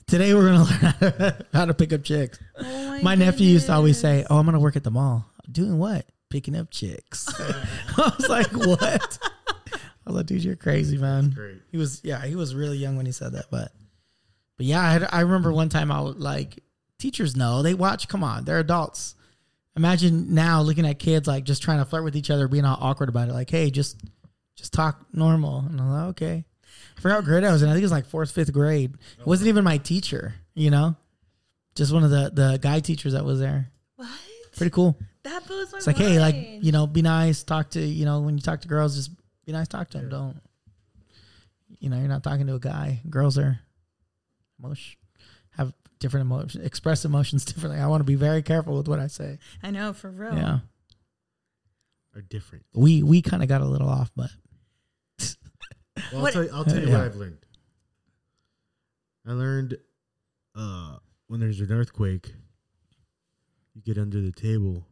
[SPEAKER 2] Today we're gonna learn how to pick up chicks.
[SPEAKER 1] that? Oh
[SPEAKER 2] My nephew used to always
[SPEAKER 1] goodness.
[SPEAKER 2] say, "Oh, I'm gonna work at the mall. Doing what? Picking up chicks." I was like, "What?" I was like, "Dude, you're crazy, man."
[SPEAKER 3] great.
[SPEAKER 2] He was, yeah, he was really young when he said that, but, but yeah, I, had, I remember one time I was like, "Teachers know they watch. Come on, they're adults." Imagine now looking at kids like just trying to flirt with each other, being all awkward about it. Like, "Hey, just, just talk normal." And I'm like, "Okay." I forgot what grade I was in. I think it was like fourth, fifth grade. It wasn't even my teacher, you know just one of the the guy teachers that was there.
[SPEAKER 1] What?
[SPEAKER 2] Pretty cool.
[SPEAKER 1] That blows my
[SPEAKER 2] It's like,
[SPEAKER 1] mind.
[SPEAKER 2] hey, like you know, be nice. Talk to you know when you talk to girls, just be nice. Talk to them. Don't you know you're not talking to a guy. Girls are emotion have different emotions, express emotions differently. I want to be very careful with what I say.
[SPEAKER 1] I know for real.
[SPEAKER 2] Yeah,
[SPEAKER 3] Are different.
[SPEAKER 2] we we kind of got a little off, but
[SPEAKER 3] Well,
[SPEAKER 1] What-
[SPEAKER 3] I'll tell you, I'll tell you
[SPEAKER 2] Yeah.
[SPEAKER 3] what I've learned. I learned uh, when there's an earthquake, you get under the table.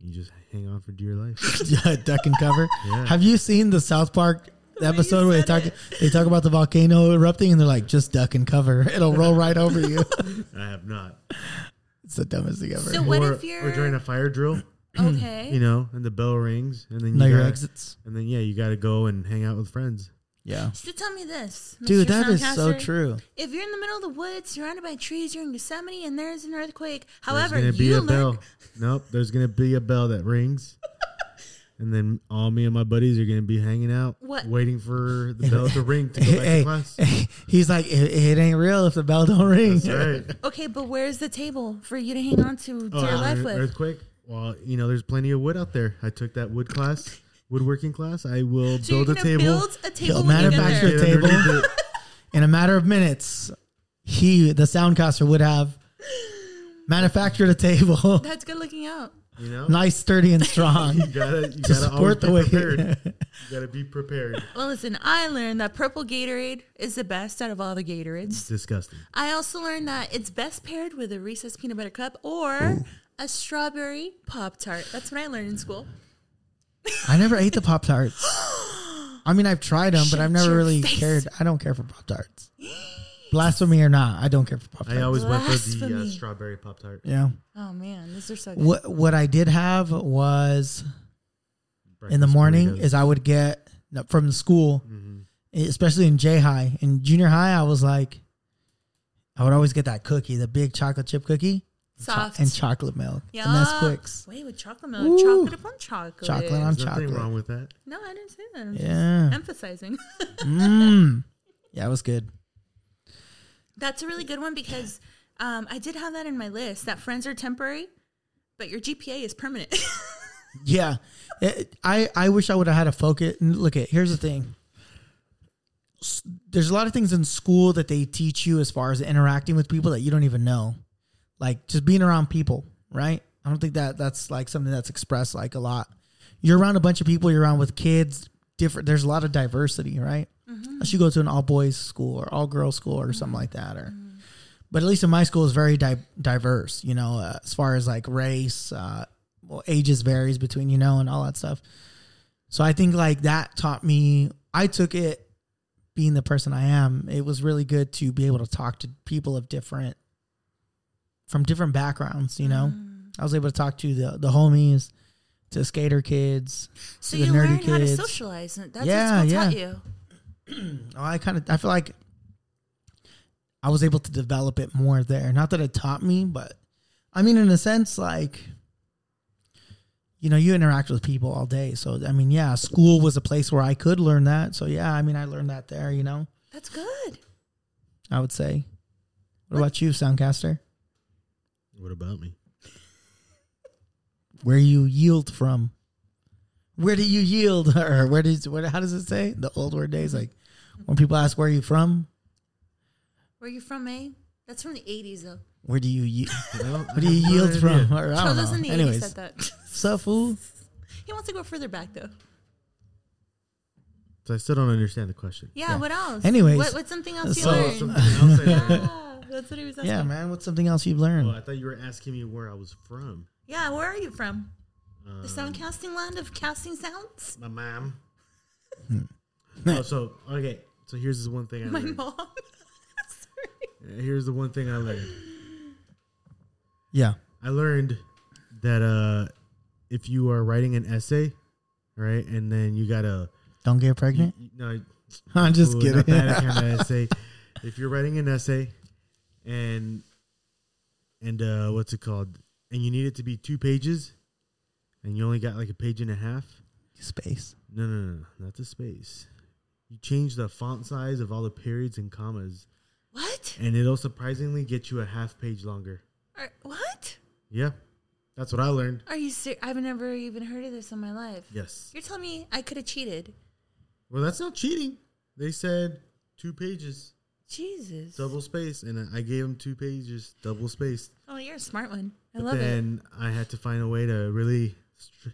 [SPEAKER 3] You just hang on for dear life.
[SPEAKER 2] duck and cover.
[SPEAKER 3] Yeah.
[SPEAKER 2] Have you seen the South Park? episode where they
[SPEAKER 1] said
[SPEAKER 2] talk they talk about the volcano erupting and they're like just duck and cover it'll roll right over you
[SPEAKER 3] I have not.
[SPEAKER 2] it's the dumbest thing ever
[SPEAKER 1] So what
[SPEAKER 3] or,
[SPEAKER 1] if you're
[SPEAKER 3] or during a fire drill,
[SPEAKER 1] okay?
[SPEAKER 3] you know, and the bell rings, and then you
[SPEAKER 2] know your
[SPEAKER 3] gotta-
[SPEAKER 2] exits
[SPEAKER 3] and then yeah, you got to go and hang out with friends.
[SPEAKER 2] yeah
[SPEAKER 1] So tell me this,
[SPEAKER 2] Dude,
[SPEAKER 1] Mr.
[SPEAKER 2] that is so
[SPEAKER 1] Soundcaster.
[SPEAKER 2] true.
[SPEAKER 1] If you're in the middle of the woods, surrounded by trees, you're in Yosemite, and there's an earthquake.
[SPEAKER 3] There's
[SPEAKER 1] However,
[SPEAKER 3] gonna be
[SPEAKER 1] you
[SPEAKER 3] a
[SPEAKER 1] learn.
[SPEAKER 3] bell. Nope, there's gonna be a bell that rings, and then all me and my buddies are gonna be hanging out,
[SPEAKER 1] What?
[SPEAKER 3] waiting for the bell to ring to go back to
[SPEAKER 2] Hey,
[SPEAKER 3] class.
[SPEAKER 2] he's like, it, it ain't real if the bell don't ring.
[SPEAKER 3] That's right.
[SPEAKER 1] Okay, but where's the table for you to hang on to dear
[SPEAKER 3] Oh, an
[SPEAKER 1] life
[SPEAKER 3] ear-
[SPEAKER 1] with?
[SPEAKER 3] earthquake. Well, you know, there's plenty of wood out there. I took that wood class, woodworking class. I will
[SPEAKER 1] so you're
[SPEAKER 3] build a
[SPEAKER 1] gonna
[SPEAKER 3] table.
[SPEAKER 1] build a table.
[SPEAKER 2] He'll
[SPEAKER 1] when you get
[SPEAKER 2] manufacture
[SPEAKER 1] there.
[SPEAKER 2] a
[SPEAKER 3] get
[SPEAKER 2] table.
[SPEAKER 3] underneath it.
[SPEAKER 2] In a matter of minutes, he, the soundcaster, would have manufactured a table,
[SPEAKER 1] That's good looking out.
[SPEAKER 3] You know,
[SPEAKER 2] nice, sturdy, and
[SPEAKER 3] you
[SPEAKER 2] strong.
[SPEAKER 3] gotta,
[SPEAKER 2] to
[SPEAKER 3] you gotta always
[SPEAKER 2] support
[SPEAKER 3] be
[SPEAKER 2] the weight.
[SPEAKER 3] prepared. You gotta be prepared.
[SPEAKER 1] Well, listen, I learned that purple Gatorade is the best out of all the Gatorades.
[SPEAKER 3] Disgusting.
[SPEAKER 1] I also learned that it's best paired with a Reese's peanut butter cup or a strawberry pop tart. That's what I learned in school.
[SPEAKER 2] I never ate the Pop Tarts. I mean, I've tried them, but
[SPEAKER 1] Shut
[SPEAKER 2] I've never
[SPEAKER 1] your
[SPEAKER 2] really
[SPEAKER 1] face.
[SPEAKER 2] cared. I don't care for Pop Tarts. Blasphemy or not, I don't care for Pop
[SPEAKER 3] I
[SPEAKER 2] Tarts.
[SPEAKER 3] always went for the uh,
[SPEAKER 1] Blasphemy.
[SPEAKER 3] strawberry pop tart.
[SPEAKER 2] Yeah.
[SPEAKER 1] Oh man, these are so good.
[SPEAKER 2] What, what I did have was in the morning is I would get no, from the school, e, especially in J high. In junior high, I was like, I would always get that cookie, the big chocolate chip cookie, cho-
[SPEAKER 1] Soft.
[SPEAKER 2] and chocolate milk,
[SPEAKER 1] Yeah.
[SPEAKER 2] and that's Quicks,
[SPEAKER 1] Wait, with chocolate milk,
[SPEAKER 2] Ooh.
[SPEAKER 1] chocolate upon chocolate.
[SPEAKER 2] chocolate on
[SPEAKER 3] There's nothing
[SPEAKER 2] chocolate.
[SPEAKER 3] wrong with that.
[SPEAKER 1] No, I didn't say that. I'm just
[SPEAKER 2] Yeah,
[SPEAKER 1] emphasizing.
[SPEAKER 2] mm. yeah, it was good.
[SPEAKER 1] That's a really good one because um, I did have that in my list that friends are temporary, but your GPA is permanent.
[SPEAKER 2] Yeah, It- I I wish I would have had a focus. and Look at here's the thing. S- There's a lot of things in school that they teach you as far as interacting with people that you don't even know. like just being around people, right? I don't think that that's like something that's expressed like a lot. You're around a bunch of people. You're around with kids. Different. There's a lot of diversity, right? Unless you go to an all boys school or all girls school or something like that, or but at least in my school is very di- diverse. You know, uh, as far as like race, uh, well, ages varies between you know and all that stuff. So I think like that taught me. I took it being the person I am. It was really good to be able to talk to people of different from different backgrounds. You know, I was able to talk to the the homies, to skater kids.
[SPEAKER 1] So
[SPEAKER 2] the
[SPEAKER 1] you
[SPEAKER 2] nerdy
[SPEAKER 1] learn how to
[SPEAKER 2] kids.
[SPEAKER 1] socialize. and That's
[SPEAKER 2] Yeah,
[SPEAKER 1] what school
[SPEAKER 2] yeah.
[SPEAKER 1] taught you.
[SPEAKER 2] Oh, I kind of I feel like I was able to develop it more there. Not that it taught me, but I mean, in a sense, like you know, you interact with people all day. So I mean, yeah, school was a place where I could learn that. So yeah, I mean, I learned that there. You know,
[SPEAKER 1] That's good.
[SPEAKER 2] I would say. What about you, Soundcaster?
[SPEAKER 3] What about me?
[SPEAKER 2] Where you yield from? Where do you yield, or where does what? How does it say? The old word days, like when people ask where are you from,
[SPEAKER 1] Where you from, eh? That's from the 80s, though.
[SPEAKER 2] where do you yield?
[SPEAKER 3] Well,
[SPEAKER 2] What do you yield from? Or, I
[SPEAKER 1] Charles
[SPEAKER 2] don't
[SPEAKER 1] was in the
[SPEAKER 2] know.
[SPEAKER 1] 80s
[SPEAKER 2] Anyways,
[SPEAKER 1] said that.
[SPEAKER 2] so fool.
[SPEAKER 1] he wants to go further back, though.
[SPEAKER 3] So I still don't understand the question.
[SPEAKER 1] Yeah, what else?
[SPEAKER 2] Anyways,
[SPEAKER 1] What, what's something else you
[SPEAKER 2] so-
[SPEAKER 1] learned?
[SPEAKER 3] Something else I learned.
[SPEAKER 1] yeah, that's what he was asking.
[SPEAKER 2] Yeah,
[SPEAKER 1] Yeah.
[SPEAKER 2] man. What's something else you've learned?
[SPEAKER 3] Oh, I thought you were asking me where I was from.
[SPEAKER 1] where are you from?
[SPEAKER 3] Um,
[SPEAKER 1] The sound casting land of casting sounds?
[SPEAKER 3] My mom. oh, so okay. So here's this one thing I
[SPEAKER 1] My
[SPEAKER 3] learned.
[SPEAKER 1] mom. Sorry.
[SPEAKER 3] Here's the one thing I learned.
[SPEAKER 2] yeah.
[SPEAKER 3] I learned that uh, if you are writing an essay, right, and then you gotta
[SPEAKER 2] Don't get pregnant.
[SPEAKER 3] you- no,
[SPEAKER 2] I'm just
[SPEAKER 3] Ooh,
[SPEAKER 2] kidding.
[SPEAKER 3] Not that kind of essay. If you're writing an essay, and and uh, what's it called? And you need it to be two pages, and you only got like a page and a half.
[SPEAKER 2] Space.
[SPEAKER 3] No, no, no, not the space. You change the font size of all the periods and commas,
[SPEAKER 1] What?
[SPEAKER 3] and it'll surprisingly get you a half page longer.
[SPEAKER 1] Are, what?
[SPEAKER 3] Yeah, that's what I learned.
[SPEAKER 1] Are you serious? I've never even heard of this in my life.
[SPEAKER 3] Yes.
[SPEAKER 1] You're telling me I could have cheated?
[SPEAKER 3] Well, that's not cheating. They said two pages,
[SPEAKER 1] Jesus.
[SPEAKER 3] double space, and I I gave them two pages, double spaced.
[SPEAKER 1] Oh, you're a smart one. I
[SPEAKER 3] But
[SPEAKER 1] love it.
[SPEAKER 3] then I had to find a way to really str-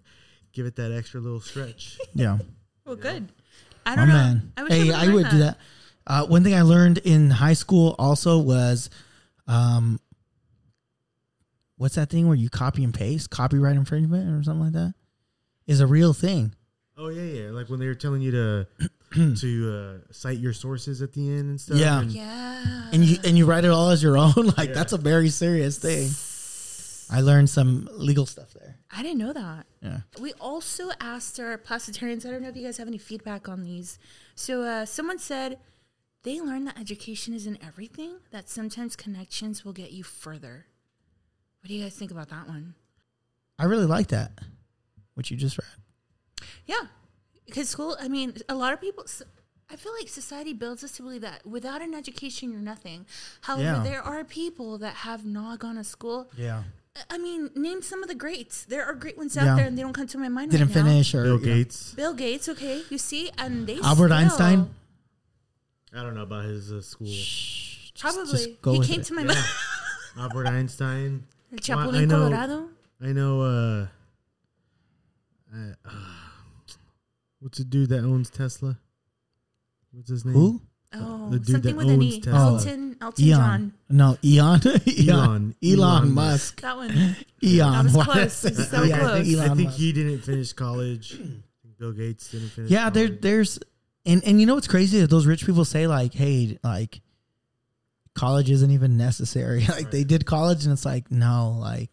[SPEAKER 3] give it that extra little stretch.
[SPEAKER 2] Yeah.
[SPEAKER 1] Well, good. I
[SPEAKER 2] My
[SPEAKER 1] don't know.
[SPEAKER 2] man.
[SPEAKER 1] I wish
[SPEAKER 2] hey,
[SPEAKER 1] I,
[SPEAKER 2] I would do that. Uh, one thing I learned in high school also was, um, what's that thing where you copy and paste, copyright infringement or something like that, is a real thing.
[SPEAKER 3] oh yeah, yeah. Like when they were telling you to to uh, cite your sources at the end and stuff.
[SPEAKER 2] Yeah.
[SPEAKER 3] and-
[SPEAKER 1] Yeah.
[SPEAKER 2] And you and you write it all as your own. Like that's a very serious thing. I learned some legal stuff there.
[SPEAKER 1] I didn't know that.
[SPEAKER 2] Yeah.
[SPEAKER 1] We also asked our plasticarians. I don't know if you guys have any feedback on these. So uh, someone said they learned that education isn't everything. That sometimes connections will get you further. What do you guys think about that one?
[SPEAKER 2] I really like that. What you just read.
[SPEAKER 1] Yeah, because school. I mean, a lot of people. s- I feel like society builds us to believe that without an education, you're nothing. However,
[SPEAKER 2] Yeah.
[SPEAKER 1] there are people that have not gone to school.
[SPEAKER 2] Yeah.
[SPEAKER 1] I- I mean, name some of the greats. There are great ones
[SPEAKER 2] Yeah.
[SPEAKER 1] out there, and they don't come to my mind.
[SPEAKER 2] Didn't
[SPEAKER 1] right now.
[SPEAKER 2] finish or
[SPEAKER 3] Bill
[SPEAKER 2] you know.
[SPEAKER 3] Gates.
[SPEAKER 1] Bill Gates, okay, you see, and they
[SPEAKER 2] Albert
[SPEAKER 1] still-
[SPEAKER 2] Einstein?
[SPEAKER 3] I don't know about his uh, school.
[SPEAKER 1] Probably
[SPEAKER 2] go
[SPEAKER 1] he
[SPEAKER 2] with
[SPEAKER 1] came
[SPEAKER 2] it.
[SPEAKER 1] to my
[SPEAKER 3] Yeah.
[SPEAKER 1] mind.
[SPEAKER 3] Albert Einstein.
[SPEAKER 1] El
[SPEAKER 3] Well,
[SPEAKER 1] Chapulín Colorado.
[SPEAKER 3] I know. Uh, uh, what's the dude that owns Tesla? What's his name?
[SPEAKER 2] Who?
[SPEAKER 1] Oh,
[SPEAKER 3] the dude
[SPEAKER 1] something
[SPEAKER 3] that
[SPEAKER 1] with an
[SPEAKER 3] owns
[SPEAKER 1] E.
[SPEAKER 3] Tesla.
[SPEAKER 1] Elton, Elton
[SPEAKER 2] Elon.
[SPEAKER 1] John.
[SPEAKER 2] No, Eon. Elon. Elon,
[SPEAKER 3] Elon
[SPEAKER 2] Musk.
[SPEAKER 1] That one.
[SPEAKER 2] Elon.
[SPEAKER 1] That was
[SPEAKER 2] What?
[SPEAKER 1] close. It was so
[SPEAKER 2] Yeah,
[SPEAKER 1] close.
[SPEAKER 2] I think, Elon
[SPEAKER 3] I think
[SPEAKER 2] Musk.
[SPEAKER 3] he didn't finish college. Bill Gates didn't finish.
[SPEAKER 2] yeah, there,
[SPEAKER 3] college.
[SPEAKER 2] there's, and and you know what's crazy that those rich people say like, hey, like, college isn't even necessary. like they did college, and it's like, no, like,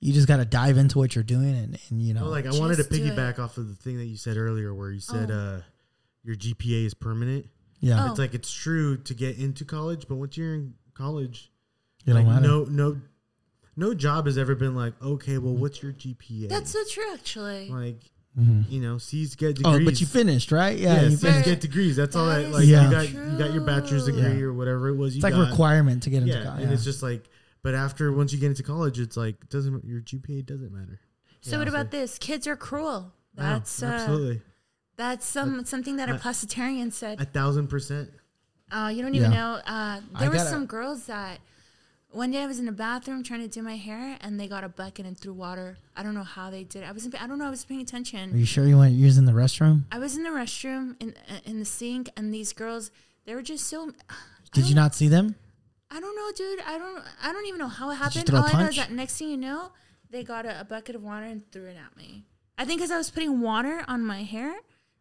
[SPEAKER 2] you just got to dive into what you're doing, and and you know,
[SPEAKER 3] Well, like I
[SPEAKER 1] Just
[SPEAKER 3] wanted to
[SPEAKER 1] do it.
[SPEAKER 3] piggyback off of the thing that you said earlier, where you said
[SPEAKER 1] Oh.
[SPEAKER 3] uh, your GPA is permanent.
[SPEAKER 2] yeah,
[SPEAKER 1] Oh.
[SPEAKER 3] It's like it's true to get into college, but once you're in college,
[SPEAKER 2] it don't
[SPEAKER 3] like,
[SPEAKER 2] matter.
[SPEAKER 3] no, no, no job has ever been like, okay, well, what's your GPA?
[SPEAKER 1] That's so true, actually.
[SPEAKER 3] like
[SPEAKER 2] Mhm.
[SPEAKER 3] you know, C's get degrees.
[SPEAKER 2] Oh, but you finished, right? Yeah,
[SPEAKER 3] Yeah,
[SPEAKER 2] you
[SPEAKER 3] C's
[SPEAKER 2] finished.
[SPEAKER 1] Right.
[SPEAKER 3] get degrees. That's all
[SPEAKER 1] That
[SPEAKER 3] that
[SPEAKER 1] is
[SPEAKER 3] like
[SPEAKER 2] Yeah.
[SPEAKER 3] you got. You got your bachelor's
[SPEAKER 1] true.
[SPEAKER 3] degree
[SPEAKER 2] Yeah.
[SPEAKER 3] or whatever it was. You
[SPEAKER 2] It's like
[SPEAKER 3] got.
[SPEAKER 2] requirement to get into
[SPEAKER 3] Yeah,
[SPEAKER 2] college.
[SPEAKER 3] and it's just like, but after once you get into college, it's like it doesn't your GPA doesn't matter.
[SPEAKER 1] so what about this? Kids are cruel.
[SPEAKER 3] Wow,
[SPEAKER 1] That's uh,
[SPEAKER 3] absolutely
[SPEAKER 1] that's some something that a
[SPEAKER 3] I-
[SPEAKER 1] pescatarian said.
[SPEAKER 3] a thousand percent.
[SPEAKER 1] Uh, you don't even
[SPEAKER 2] Yeah.
[SPEAKER 1] know. Uh,
[SPEAKER 2] I
[SPEAKER 1] there were
[SPEAKER 2] gotta-
[SPEAKER 1] some girls that One day I was in the bathroom trying to do my hair, and they got a bucket and threw water. I don't know how they did. it. I wasn't. I don't know. I was paying
[SPEAKER 2] Are
[SPEAKER 1] attention.
[SPEAKER 2] you sure you want to use in the restroom?
[SPEAKER 1] I was in the restroom in in the sink, and these girls, they were just so. I
[SPEAKER 2] Did you
[SPEAKER 1] don't-
[SPEAKER 2] not see them?
[SPEAKER 1] I don't know, dude. I don't. I don't even know how it
[SPEAKER 2] Did you
[SPEAKER 1] happened.
[SPEAKER 2] throw a
[SPEAKER 1] All I know
[SPEAKER 2] punch?
[SPEAKER 1] is that next thing you know, they got a, a bucket of water and threw it at me. I think because I was putting water on my hair,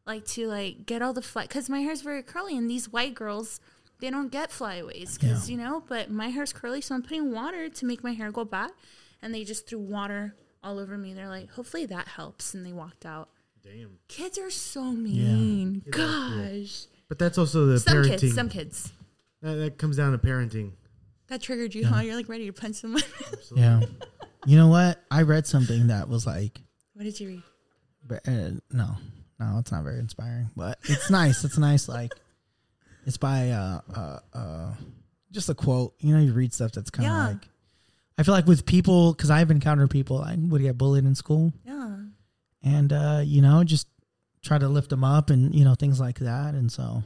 [SPEAKER 1] like to like get all the fly, because my hair's very curly, and these white girls, they don't get flyaways, because
[SPEAKER 2] Yeah.
[SPEAKER 1] you know. But my hair's curly, so I'm putting water to make my hair go back, and they just threw water all over me. They're like, hopefully that helps, and they walked out.
[SPEAKER 3] Damn.
[SPEAKER 1] Kids are so mean.
[SPEAKER 3] Kids are cruel.
[SPEAKER 1] Gosh,
[SPEAKER 3] But that's also the
[SPEAKER 1] some
[SPEAKER 3] parenting.
[SPEAKER 1] kids, some kids.
[SPEAKER 3] That, that comes down to parenting.
[SPEAKER 1] That triggered you, huh? You're like ready to punch someone.
[SPEAKER 2] Yeah. you know what? I read something that was like,
[SPEAKER 1] what did you read?
[SPEAKER 2] but, uh, no, no, it's not very inspiring, but it's nice. It's nice. Like, it's by uh, uh, uh, just a quote. You know, you read stuff that's kind of
[SPEAKER 1] Yeah.
[SPEAKER 2] like, I feel like with people, because I've encountered people I would get bullied in school,
[SPEAKER 1] Yeah.
[SPEAKER 2] and uh, you know, just try to lift them up and you know things like that. And so,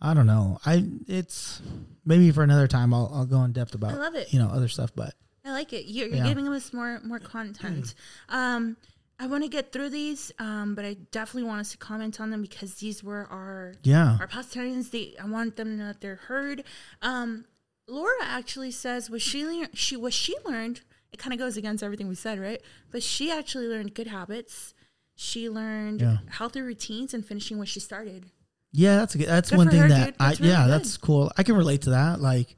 [SPEAKER 2] I don't know. I it's maybe for another time I'll I'll go in depth about
[SPEAKER 1] love it.
[SPEAKER 2] you know other stuff, but
[SPEAKER 1] I like it. You're, you're
[SPEAKER 2] Yeah.
[SPEAKER 1] giving us more more content. um, I want to get through these, um, but I definitely want us to comment on them because these were our
[SPEAKER 2] yeah,
[SPEAKER 1] our postarians. They I want them to know that they're heard. Um, Laura actually says was she lear- she was she learned. It kind of goes against everything we said, right? But she actually learned good habits. She learned
[SPEAKER 2] Yeah.
[SPEAKER 1] healthy routines and finishing what she started.
[SPEAKER 2] yeah, that's a good, that's
[SPEAKER 1] Good
[SPEAKER 2] one
[SPEAKER 1] for
[SPEAKER 2] thing
[SPEAKER 1] her,
[SPEAKER 2] that
[SPEAKER 1] dude.
[SPEAKER 2] I
[SPEAKER 1] That's really
[SPEAKER 2] yeah,
[SPEAKER 1] good.
[SPEAKER 2] that's cool. I can relate to that. Like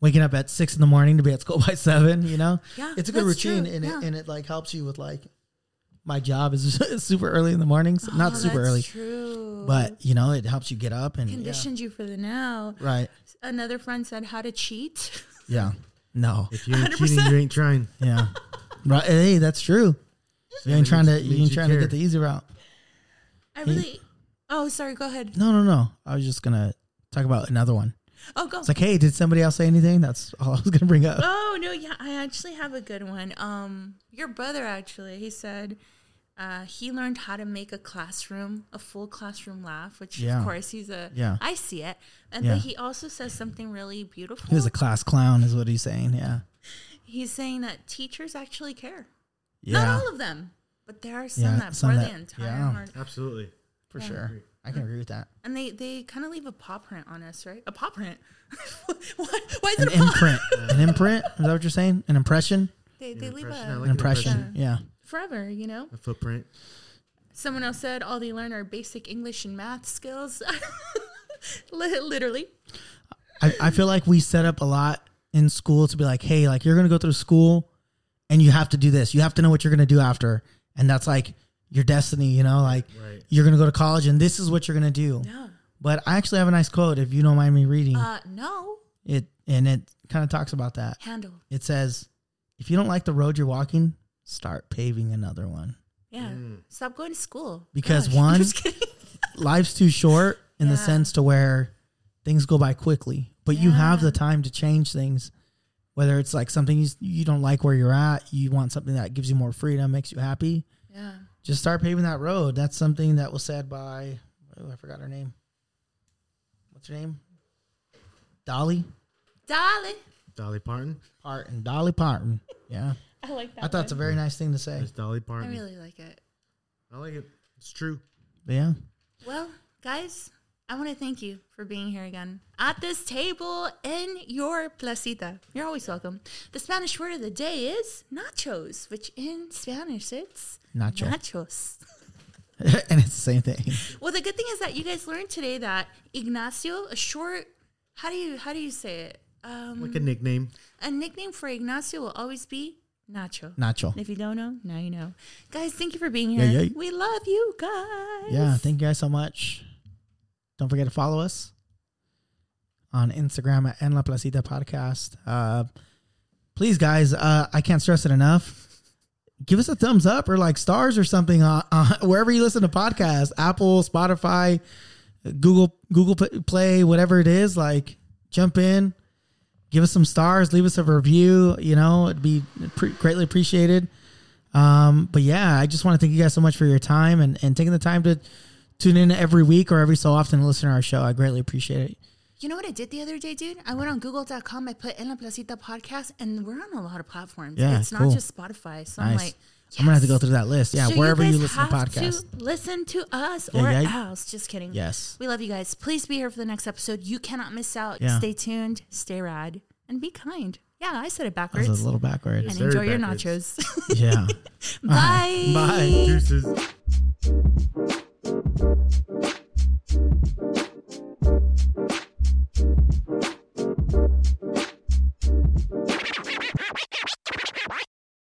[SPEAKER 2] waking up at six in the morning to be at school by seven. You know,
[SPEAKER 1] Yeah,
[SPEAKER 2] it's a good
[SPEAKER 1] that's true.
[SPEAKER 2] routine, and
[SPEAKER 1] Yeah.
[SPEAKER 2] it and it like helps you with like my job is super early in the morning, so not
[SPEAKER 1] Oh,
[SPEAKER 2] super
[SPEAKER 1] that's
[SPEAKER 2] early,
[SPEAKER 1] True.
[SPEAKER 2] but you know it helps you get up and yeah.
[SPEAKER 1] conditioned you for the now.
[SPEAKER 2] right,
[SPEAKER 1] Another friend said how to cheat.
[SPEAKER 2] yeah, no,
[SPEAKER 3] If you ain't cheating, you ain't trying.
[SPEAKER 2] Yeah. right. Hey, that's true. You ain't
[SPEAKER 3] Makes-
[SPEAKER 2] trying to
[SPEAKER 3] makes
[SPEAKER 2] you ain't
[SPEAKER 3] you
[SPEAKER 2] trying to
[SPEAKER 3] care.
[SPEAKER 2] get the easy route.
[SPEAKER 1] I really. Oh, sorry. Go ahead.
[SPEAKER 2] No, no, no. I was just gonna talk about another one.
[SPEAKER 1] Oh, go.
[SPEAKER 2] It's like, hey, did somebody else say anything? That's all I was gonna bring up.
[SPEAKER 1] oh no, yeah. I actually have a good one. Um, your brother actually. He said. Uh, he learned how to make a classroom, a full classroom laugh, which
[SPEAKER 2] Yeah.
[SPEAKER 1] of course he's a.
[SPEAKER 2] Yeah.
[SPEAKER 1] I see it, and
[SPEAKER 2] Yeah.
[SPEAKER 1] but he also says something really beautiful.
[SPEAKER 2] He was a class clown, is what he's saying. Yeah.
[SPEAKER 1] He's saying that teachers actually care.
[SPEAKER 2] Yeah.
[SPEAKER 1] Not all of them, but there are some
[SPEAKER 2] Yeah,
[SPEAKER 1] that
[SPEAKER 2] some
[SPEAKER 1] pour
[SPEAKER 2] that-
[SPEAKER 1] the entire
[SPEAKER 2] yeah.
[SPEAKER 1] heart
[SPEAKER 3] Absolutely.
[SPEAKER 2] For sure. I can agree with that.
[SPEAKER 1] And they, they kind of leave a paw print on us, right? A paw print. Why, why is
[SPEAKER 2] An
[SPEAKER 1] it a paw?
[SPEAKER 2] imprint. An imprint? Is that what you're saying? An impression?
[SPEAKER 1] They, they leave
[SPEAKER 3] Impression.
[SPEAKER 1] a
[SPEAKER 3] I like
[SPEAKER 2] An
[SPEAKER 3] an
[SPEAKER 2] impression.
[SPEAKER 3] impression.
[SPEAKER 2] Yeah.
[SPEAKER 1] forever, you know.
[SPEAKER 3] A footprint.
[SPEAKER 1] Someone else said all they learn are basic English and math skills. Li- Literally,
[SPEAKER 2] I, I feel like we set up a lot in school to be like, hey, like you're gonna go through school and you have to do this. You have to know what you're gonna do after. And that's like your destiny, you know, like
[SPEAKER 3] Right.
[SPEAKER 2] you're gonna go to college and this is what you're gonna do.
[SPEAKER 1] no,
[SPEAKER 2] But I actually have a nice quote if you don't mind me reading
[SPEAKER 1] uh, no
[SPEAKER 2] it and it kind of talks about that.
[SPEAKER 1] handle.
[SPEAKER 2] It says, If you don't like the road you're walking, start paving another one.
[SPEAKER 1] Yeah, stop going to school
[SPEAKER 2] Because
[SPEAKER 1] Gosh,
[SPEAKER 2] one-
[SPEAKER 1] I'm just kidding.
[SPEAKER 2] Life's too short in the
[SPEAKER 1] Yeah.
[SPEAKER 2] sense to where things go by quickly, but you have the time to change things. Whether it's like something you, you don't like where you're at, you want something that gives you more freedom, makes you happy,
[SPEAKER 1] yeah,
[SPEAKER 2] just start paving that road. That's something that was said by, oh, I forgot her name. What's her name? Dolly?
[SPEAKER 1] darling.
[SPEAKER 3] Dolly Parton.
[SPEAKER 2] Parton, Dolly Parton. Yeah.
[SPEAKER 1] I like that.
[SPEAKER 2] I thought it's a very nice thing to say.
[SPEAKER 3] It's Dolly
[SPEAKER 1] one. I
[SPEAKER 3] Parton.
[SPEAKER 1] really like it.
[SPEAKER 3] I like it. It's true.
[SPEAKER 2] But yeah.
[SPEAKER 1] Well, guys, I want to thank you for being here again at this table in your placita. You're always welcome. The Spanish word of the day is nachos, which in Spanish it's
[SPEAKER 2] Nacho.
[SPEAKER 1] nachos.
[SPEAKER 2] and it's the same thing.
[SPEAKER 1] Well, the good thing is that you guys learned today that Ignacio, a short, how do you how do you say it? Um,
[SPEAKER 3] Like a nickname.
[SPEAKER 1] a nickname for Ignacio will always be Nacho.
[SPEAKER 2] Nacho.
[SPEAKER 1] And if you don't know, now you know. Guys, thank you for being
[SPEAKER 2] Yeah,
[SPEAKER 1] here.
[SPEAKER 2] yeah.
[SPEAKER 1] We love you guys.
[SPEAKER 2] Yeah. Thank you guys so much. Don't forget to follow us on Instagram at En La Placita Podcast. Uh, please, guys, uh, I can't stress it enough. Give us a thumbs up or like stars or something on, on wherever you listen to podcasts, Apple, Spotify, Google, Google P- Play, whatever it is. Like, jump in, give us some stars, leave us a review. You know, it'd be pre- greatly appreciated. Um, but yeah, I just want to thank you guys so much for your time and, and taking the time to tune in every week or every so often to listen to our show. I greatly appreciate it.
[SPEAKER 1] You know what I did the other day, dude? I went on Google.com. I put En La Placita podcast, and we're on a lot of platforms.
[SPEAKER 2] Yeah,
[SPEAKER 1] it's not
[SPEAKER 2] cool.
[SPEAKER 1] just Spotify. So I'm
[SPEAKER 2] Nice.
[SPEAKER 1] like,
[SPEAKER 2] I'm gonna have to go
[SPEAKER 1] yes.
[SPEAKER 2] through that list. Yeah,
[SPEAKER 1] So
[SPEAKER 2] wherever you,
[SPEAKER 1] guys
[SPEAKER 2] listen to
[SPEAKER 1] have
[SPEAKER 2] podcasts.
[SPEAKER 1] listen to us
[SPEAKER 2] Yeah,
[SPEAKER 1] or
[SPEAKER 2] yeah.
[SPEAKER 1] else. Just kidding.
[SPEAKER 2] Yes.
[SPEAKER 1] We love you guys. Please be here for the next episode. You cannot miss out.
[SPEAKER 2] Yeah.
[SPEAKER 1] Stay tuned, stay rad, and be kind. Yeah, I said it
[SPEAKER 2] That
[SPEAKER 1] backwards.
[SPEAKER 2] was a little backward.
[SPEAKER 1] and
[SPEAKER 3] very
[SPEAKER 1] enjoy your
[SPEAKER 3] backwards.
[SPEAKER 1] nachos.
[SPEAKER 2] yeah.
[SPEAKER 1] Bye.
[SPEAKER 2] Bye.
[SPEAKER 3] Deuces.